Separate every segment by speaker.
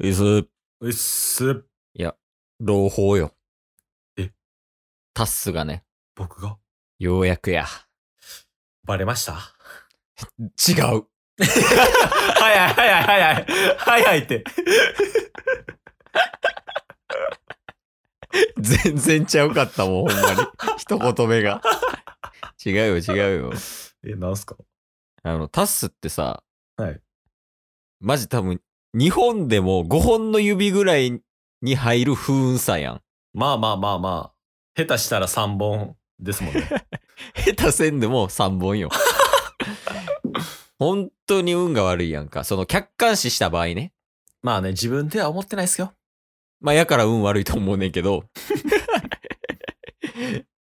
Speaker 1: いつ、
Speaker 2: うっす。
Speaker 1: 朗報よ。
Speaker 2: え
Speaker 1: タッスがね、
Speaker 2: 僕が
Speaker 1: ようやくや。
Speaker 2: バレました
Speaker 1: 違う。
Speaker 2: 早い早い早い早いって。
Speaker 1: 全然ちゃうかったもん、ほん まに。一言目が。違うよ、違うよ。
Speaker 2: え、なんすか
Speaker 1: あの、タッスってさ、
Speaker 2: はい。
Speaker 1: マジ多分、日本でも5本の指ぐらいに入る風雲さやん。
Speaker 2: まあまあまあまあ。下手したら3本ですもん ね。
Speaker 1: 下手せんでも3 本よ。本当に運が悪いやんか。その客観視した場合ね。
Speaker 2: まあね、自分では思ってないっすよ。
Speaker 1: まあ、やから運悪いと思うねん けど。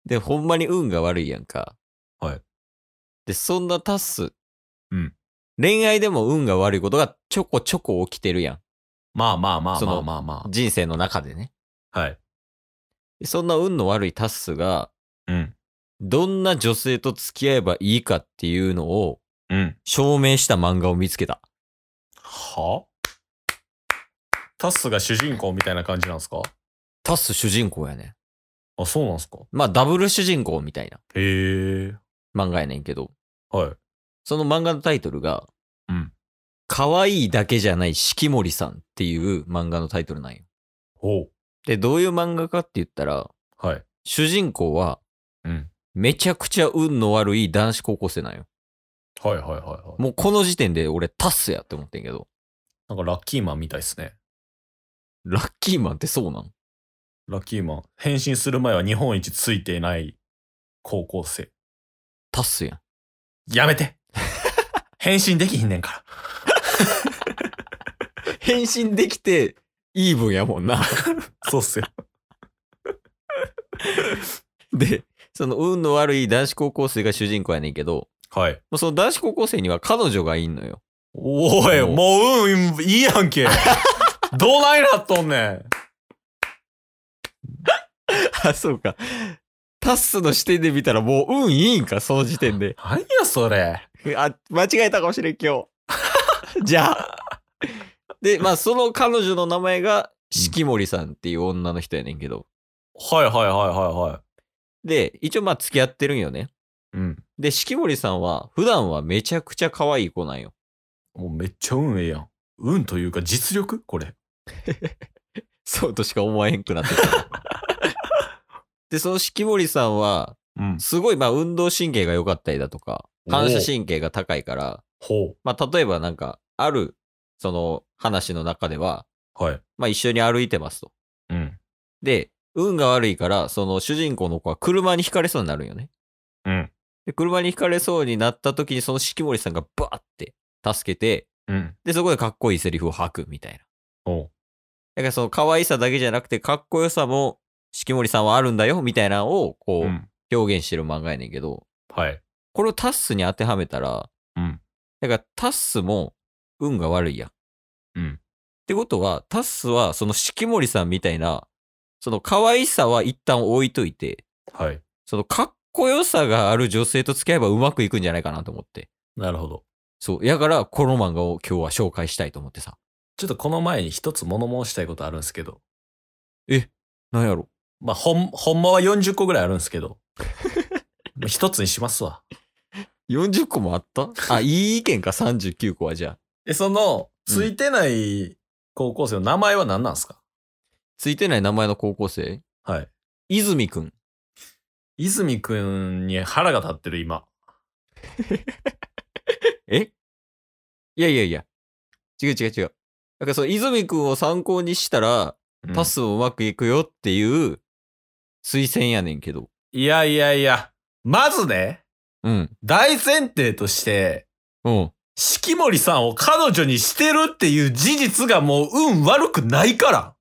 Speaker 1: で、ほんまに運が悪いやんか。
Speaker 2: はい。
Speaker 1: で、そんなタス。
Speaker 2: うん。
Speaker 1: 恋愛でも運が悪いことがちょこちょこ起きてるや
Speaker 2: まあまあまあ
Speaker 1: そ
Speaker 2: ま
Speaker 1: の
Speaker 2: あまあま
Speaker 1: ん。人生の中でね。
Speaker 2: あ。はい。
Speaker 1: でそんな運の悪いタスが、
Speaker 2: うん。
Speaker 1: どんな女性と付き合えばいいかっていうのを
Speaker 2: うん。
Speaker 1: 証明した漫画を見つけた。
Speaker 2: はタッスが主人公みたいな感じなんすか
Speaker 1: タス主人公やね。
Speaker 2: あ、そうなんすか
Speaker 1: まあ、ダブル主人公みたいな
Speaker 2: へえ。
Speaker 1: 漫画やねんけど、
Speaker 2: はい。
Speaker 1: その漫画のタイトルが、
Speaker 2: うん。
Speaker 1: 可愛いだけじゃない四季森さんっていう漫画のタイトルなんよ。
Speaker 2: ほう。
Speaker 1: で、どういう漫画かって言ったら、
Speaker 2: はい。
Speaker 1: 主人公は
Speaker 2: うん。
Speaker 1: めちゃくちゃ運の悪い男子高校生なんよ。
Speaker 2: はいはいはいはい。
Speaker 1: もうこの時点で俺タスやって思ってんけど、
Speaker 2: なんかラッキーマンみたいっすね。
Speaker 1: ラッキーマンってそうなん
Speaker 2: ラッキーマン。変身する前は日本一ついていない高校生。
Speaker 1: タスやん。
Speaker 2: やめ て変身できひんねんか
Speaker 1: 変身できてイーブンやもんな。
Speaker 2: ら。そうっすよ。
Speaker 1: で、その運の悪い男子高校生が主人公やねんけど、
Speaker 2: はい。
Speaker 1: もうその男子高校生には彼女がいんのよ。
Speaker 2: おい、もう運いいやん け。どないなっとんねん。
Speaker 1: あ、そうか。タッスの視点で見たらもう運いいんか、その時点で。
Speaker 2: 何やそれ。
Speaker 1: あ、間違えたかもしれん、今日。 じゃあ。で、まあ、その彼女の名前が、四季森さんっていう女の人やねんけど。
Speaker 2: はいはいはいはいは
Speaker 1: で、一応まあ、付き合ってるんよね。
Speaker 2: い。うん。
Speaker 1: で、四季森さんは、普段はめちゃくちゃ可愛い子なんよ。
Speaker 2: もうめっちゃ運ええやん。運というか実力これ。
Speaker 1: そうとしか思えへんくなってきた。で、その四季森さんは、
Speaker 2: うん。
Speaker 1: すごいまあ、運動神経が良かったりだとか、反射神経が高いから、
Speaker 2: ほ
Speaker 1: まあ、例えばなんか、ある、その話の中では、
Speaker 2: う。はい。
Speaker 1: まあ、一緒に歩いてますと。
Speaker 2: うん。
Speaker 1: で、運が悪いから、その主人公の子は車にひかれそうになるんよね。
Speaker 2: うん。
Speaker 1: で、車にひかれそうになった時に、その四季森さんがバーって助けて、
Speaker 2: うん。
Speaker 1: で、そこでかっこいいセリフを吐くみたいな。
Speaker 2: ほう。
Speaker 1: だからその可愛さだけじゃなくて、かっこよさも四季森さんはあるんだよ、みたいなのを、こ
Speaker 2: う
Speaker 1: う、
Speaker 2: ん。
Speaker 1: 表現してる漫画やねんけど、
Speaker 2: はい。
Speaker 1: これをタッスに当てはめたら、
Speaker 2: うん。
Speaker 1: だからタッスも運が悪いやん。っ
Speaker 2: うん。
Speaker 1: てことは、タッスはその四季森さんみたいな、その可愛さは一旦置いといて、
Speaker 2: はい。
Speaker 1: そのかっこよさがある女性と付き合えばうまくいくんじゃないかなと思って。
Speaker 2: なるほど。
Speaker 1: そう。やから、この漫画を今日は紹介したいと思ってさ。
Speaker 2: ちょっとこの前に一つ物申したいことあるんですけど。
Speaker 1: なんやろ。
Speaker 2: まあ、ほん、ほんまは40個ぐらいあるんですけど。まあ一つにしますわ。
Speaker 1: 40個もあったあ、いい意見か、39個はじゃあ。
Speaker 2: え、その、
Speaker 1: うん
Speaker 2: ついてない高校生の名前は何なんですか、
Speaker 1: ついてない名前の高校生
Speaker 2: はい。
Speaker 1: 泉くん。
Speaker 2: 泉くんに腹が立ってる今。
Speaker 1: えいやいやいや。違う違う違う。だからその泉くんを参考にしたら、
Speaker 2: うん
Speaker 1: パスもうまくいくよっていう推薦やねんけど。
Speaker 2: いやいやいや。まずね、
Speaker 1: うん。
Speaker 2: 大前提として、
Speaker 1: うん。
Speaker 2: 四季森さんを彼女にしてるっていう事実がもう運悪くないから。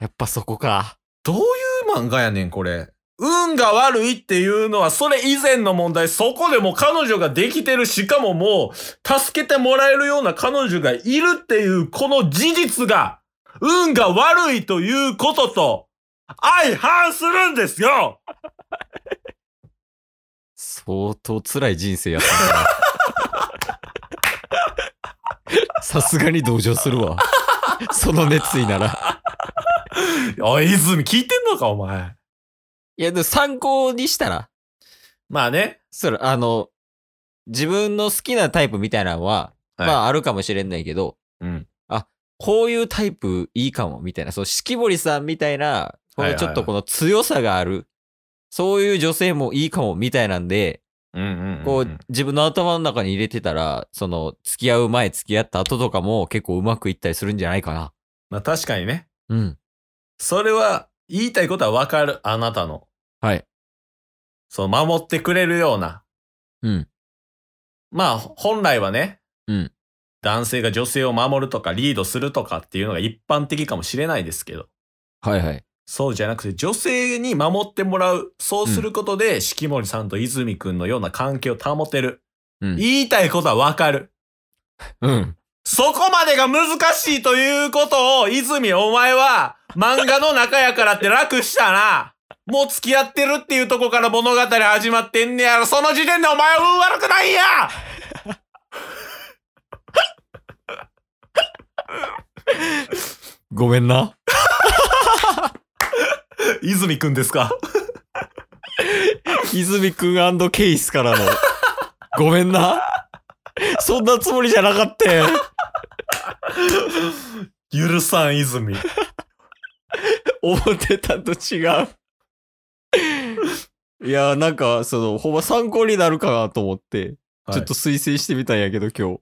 Speaker 1: やっぱそこか。
Speaker 2: どういう漫画やねん、これ。運が悪いっていうのは、それ以前の問題、そこでもう彼女ができてる、しかももう、助けてもらえるような彼女がいるっていう、この事実が、運が悪いということと、相反するんですよ
Speaker 1: 相当辛い人生やったんだな。さすがに同情するわ。その熱意なら。
Speaker 2: おい、泉、聞いてんのか、お前。
Speaker 1: いや、でも参考にしたら、
Speaker 2: まあね。
Speaker 1: それ、あの、自分の好きなタイプみたいなのは、
Speaker 2: はい
Speaker 1: まああるかもしれないけど、
Speaker 2: うん。
Speaker 1: こういうタイプいいかも、みたいな。そう、四季堀さんみたいな、こ
Speaker 2: はいはい
Speaker 1: の
Speaker 2: はい
Speaker 1: ちょっとこの強さがある、そういう女性もいいかも、みたいなんで、
Speaker 2: うんうん、うん。
Speaker 1: こう、自分の頭の中に入れてたら、その、付き合う前、付き合った後とかも結構うまくいったりするんじゃないかな。
Speaker 2: まあ確かにね。
Speaker 1: うん。
Speaker 2: それは、言いたいことはわかる。あなたの。
Speaker 1: はい。
Speaker 2: そう、守ってくれるような。
Speaker 1: うん。
Speaker 2: まあ、本来はね。
Speaker 1: うん。
Speaker 2: 男性が女性を守るとか、リードするとかっていうのが一般的かもしれないですけど。
Speaker 1: はいはい。
Speaker 2: そうじゃなくて、女性に守ってもらう。そうすることで、四季森さんと泉くんのような関係を保てる。
Speaker 1: うん
Speaker 2: 言いたいことはわかる。
Speaker 1: うん。
Speaker 2: そこまでが難しいということを、泉、お前は、漫画の中やからって楽したな。もう付き合ってるっていうとこから物語始まってんねやろ。その時点でお前は運悪くないんや
Speaker 1: ごめんな。
Speaker 2: 泉くんですか
Speaker 1: 泉くんケイスからの。ごめんな。そんなつもりじゃなかったよ。
Speaker 2: 許さん、泉。
Speaker 1: 思ってたんと違う。いや、なんか、その、ほんま参考になるかなと思って、
Speaker 2: はい
Speaker 1: ちょっと推薦してみたんやけど、今日。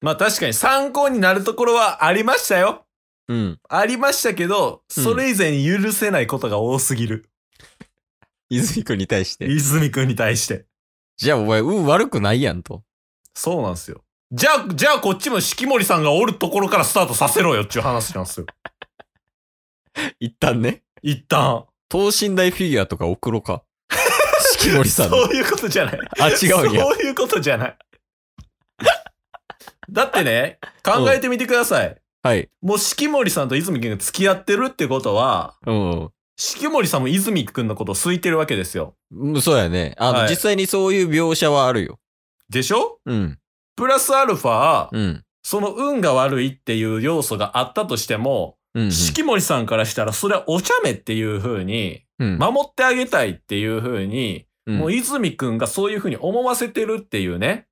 Speaker 2: まあ確かに参考になるところはありましたよ。
Speaker 1: うん。
Speaker 2: ありましたけど、それ以前に許せないことが多すぎる。
Speaker 1: 泉くんに対して。
Speaker 2: 泉くんに対して。
Speaker 1: じゃあ、お前、運悪くないやんと。
Speaker 2: そうなんですよ。じゃあ、じゃあこっちも四季森さんがおるところからスタートさせろよっていう話なんですよ。
Speaker 1: 一旦ね。
Speaker 2: 一旦。
Speaker 1: 等身大フィギュアとか送ろう か。四季森さんの。
Speaker 2: そういうことじゃない。
Speaker 1: あ、違うんや。
Speaker 2: そういうことじゃない。 だってね、考えてみてください。
Speaker 1: はい。
Speaker 2: もう四季森さんと泉くんが付き合ってるってことは、
Speaker 1: うん。
Speaker 2: 四季森さんも泉くんのことを好いてるわけですよ。
Speaker 1: うんそうやね。あの、
Speaker 2: はい
Speaker 1: 実際にそういう描写はあるよ。
Speaker 2: でしょ
Speaker 1: うん。
Speaker 2: プラスアルファ、
Speaker 1: うん。
Speaker 2: その運が悪いっていう要素があったとしても、
Speaker 1: うん。
Speaker 2: 四季森さんからしたらそれはお茶目っていう風に、
Speaker 1: うん。
Speaker 2: 守ってあげたいっていう風に、
Speaker 1: うん
Speaker 2: もう泉くんがそういう風に思わせてるっていうね、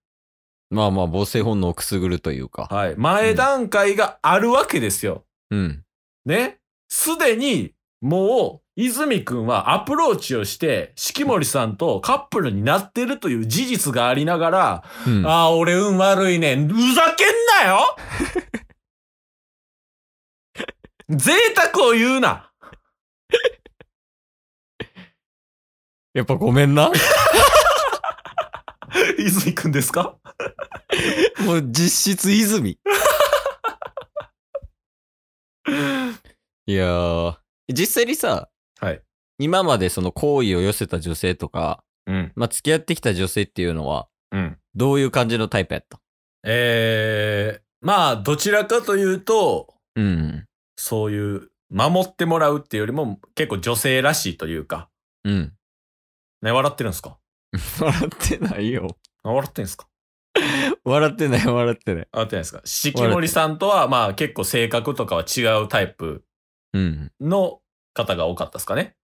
Speaker 1: まあまあ、母性本能をくすぐるというか。
Speaker 2: はい、前段階があるわけですよ。
Speaker 1: うん。
Speaker 2: ね。すでに、もう、泉くんはアプローチをして、四季森さんとカップルになってるという事実がありながら、
Speaker 1: うん。
Speaker 2: ああ、俺運悪いねん。ふざけんなよ贅沢を言うな
Speaker 1: やっぱごめんな。
Speaker 2: 泉くんですか
Speaker 1: もう実質 泉。いやー、実際にさ、
Speaker 2: はい
Speaker 1: 今までその好意を寄せた女性とか、
Speaker 2: うん。
Speaker 1: まあ、付き合ってきた女性っていうのは、
Speaker 2: うん。
Speaker 1: どういう感じのタイプやった
Speaker 2: ええまあ、どちらかというと、
Speaker 1: うん。
Speaker 2: そういう、守ってもらうっていうよりも、結構女性らしいというか。
Speaker 1: うん。
Speaker 2: ね、笑ってるんですか
Speaker 1: 笑ってないよ。
Speaker 2: あ笑ってんすか
Speaker 1: 笑ってない、笑ってない。
Speaker 2: 笑ってないですか四季森さんとは、まあ、結構性格とかは違うタイプ
Speaker 1: うん。
Speaker 2: の方が多かったですかね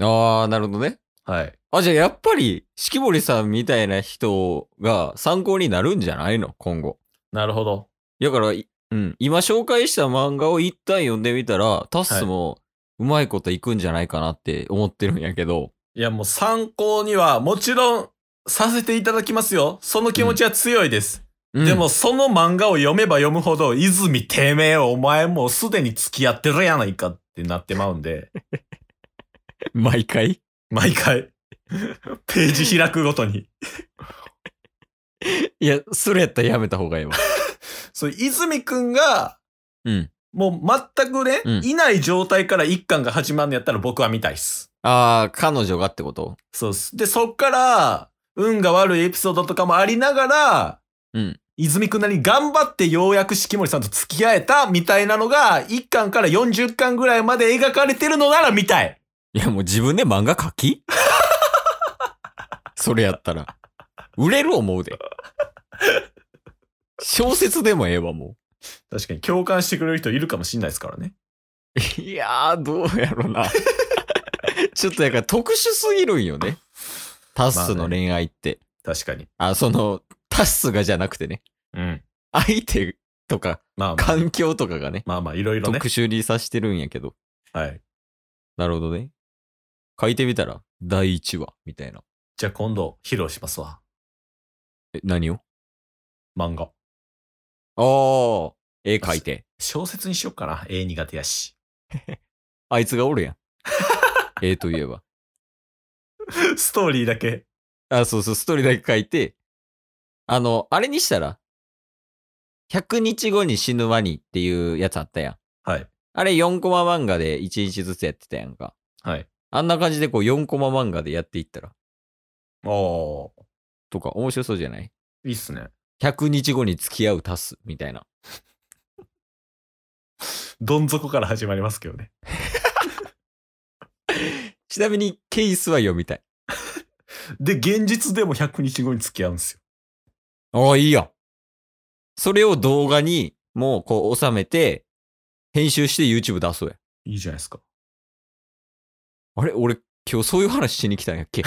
Speaker 1: あー、なるほどね。
Speaker 2: はい。
Speaker 1: あ、じゃあやっぱり、四季堀さんみたいな人が参考になるんじゃないの今後。
Speaker 2: なるほど。
Speaker 1: だから、いうん、今紹介した漫画を一旦読んでみたら、タッスもうまいこといくんじゃないかなって思ってるんやけど、
Speaker 2: いや、もう参考には、もちろん、させていただきますよ。その気持ちは強いです。
Speaker 1: うん
Speaker 2: でも、その漫画を読めば読むほど、泉てめえ、お前もうすでに付き合ってるやないかってなってまうんで。
Speaker 1: 毎回
Speaker 2: 毎回。 ページ開くごとに。
Speaker 1: いや、それやったらやめた方がいいわ。
Speaker 2: そう、泉くんが、
Speaker 1: うん。
Speaker 2: もう全くね、
Speaker 1: うん
Speaker 2: いない状態から一巻が始まるのやったら僕は見たいっす。
Speaker 1: あー、彼女がってこと
Speaker 2: そうっす。で、そっから、運が悪いエピソードとかもありながら、
Speaker 1: うん。
Speaker 2: 泉くんなりに頑張ってようやく四季森さんと付き合えたみたいなのが、1巻から40巻ぐらいまで描かれてるのなら見たい。
Speaker 1: いや、もう自分で漫画描き それやったら。売れる思うで。小説でもええわ、も
Speaker 2: 確かに共感してくれる人いるかもしんないですからね。
Speaker 1: いやー、どうやろな。 ちょっとやから特殊すぎる んよね。タッスの恋愛って。
Speaker 2: 確かに。
Speaker 1: あ,、その、タッスがじゃなくてね。
Speaker 2: うん。
Speaker 1: 相手とか、
Speaker 2: まあまあ、
Speaker 1: 環境とかがね、
Speaker 2: まあまあ、いろいろね
Speaker 1: 特。殊にさしてるんやけど。
Speaker 2: はい。
Speaker 1: なるほどね。書いてみたら、第1話、みたいな。
Speaker 2: じゃあ今度、披露しますわ。
Speaker 1: え、何を
Speaker 2: 漫画。
Speaker 1: ああ、絵描いて。
Speaker 2: 小説にしよっかな。絵苦手やし。
Speaker 1: あいつがお るやん。絵といえば。
Speaker 2: ストーリーだけ。
Speaker 1: あ、そうそう、ストーリーだけ書いて、あの、あれにしたら、100日後に死ぬワニっていうやつあったやん。
Speaker 2: はい。
Speaker 1: あれ4コマ漫画で1日ずつやってたやんか。
Speaker 2: はい。
Speaker 1: あんな感じでこう4コマ漫画でやっていったら、
Speaker 2: おー。
Speaker 1: とか面白そうじゃない
Speaker 2: いいっすね。
Speaker 1: 100日後に付き合う足すみたいな。
Speaker 2: どん底から始まりますけどね。
Speaker 1: ちなみにケースは読みたい。
Speaker 2: で、現実でも100日後に付き合うんですよ。
Speaker 1: ああ、いいやん。それを動画にもうこう収めて、編集して YouTube 出そうや。
Speaker 2: いいじゃないですか。
Speaker 1: あれ俺今日そういう話しに来たんやっけ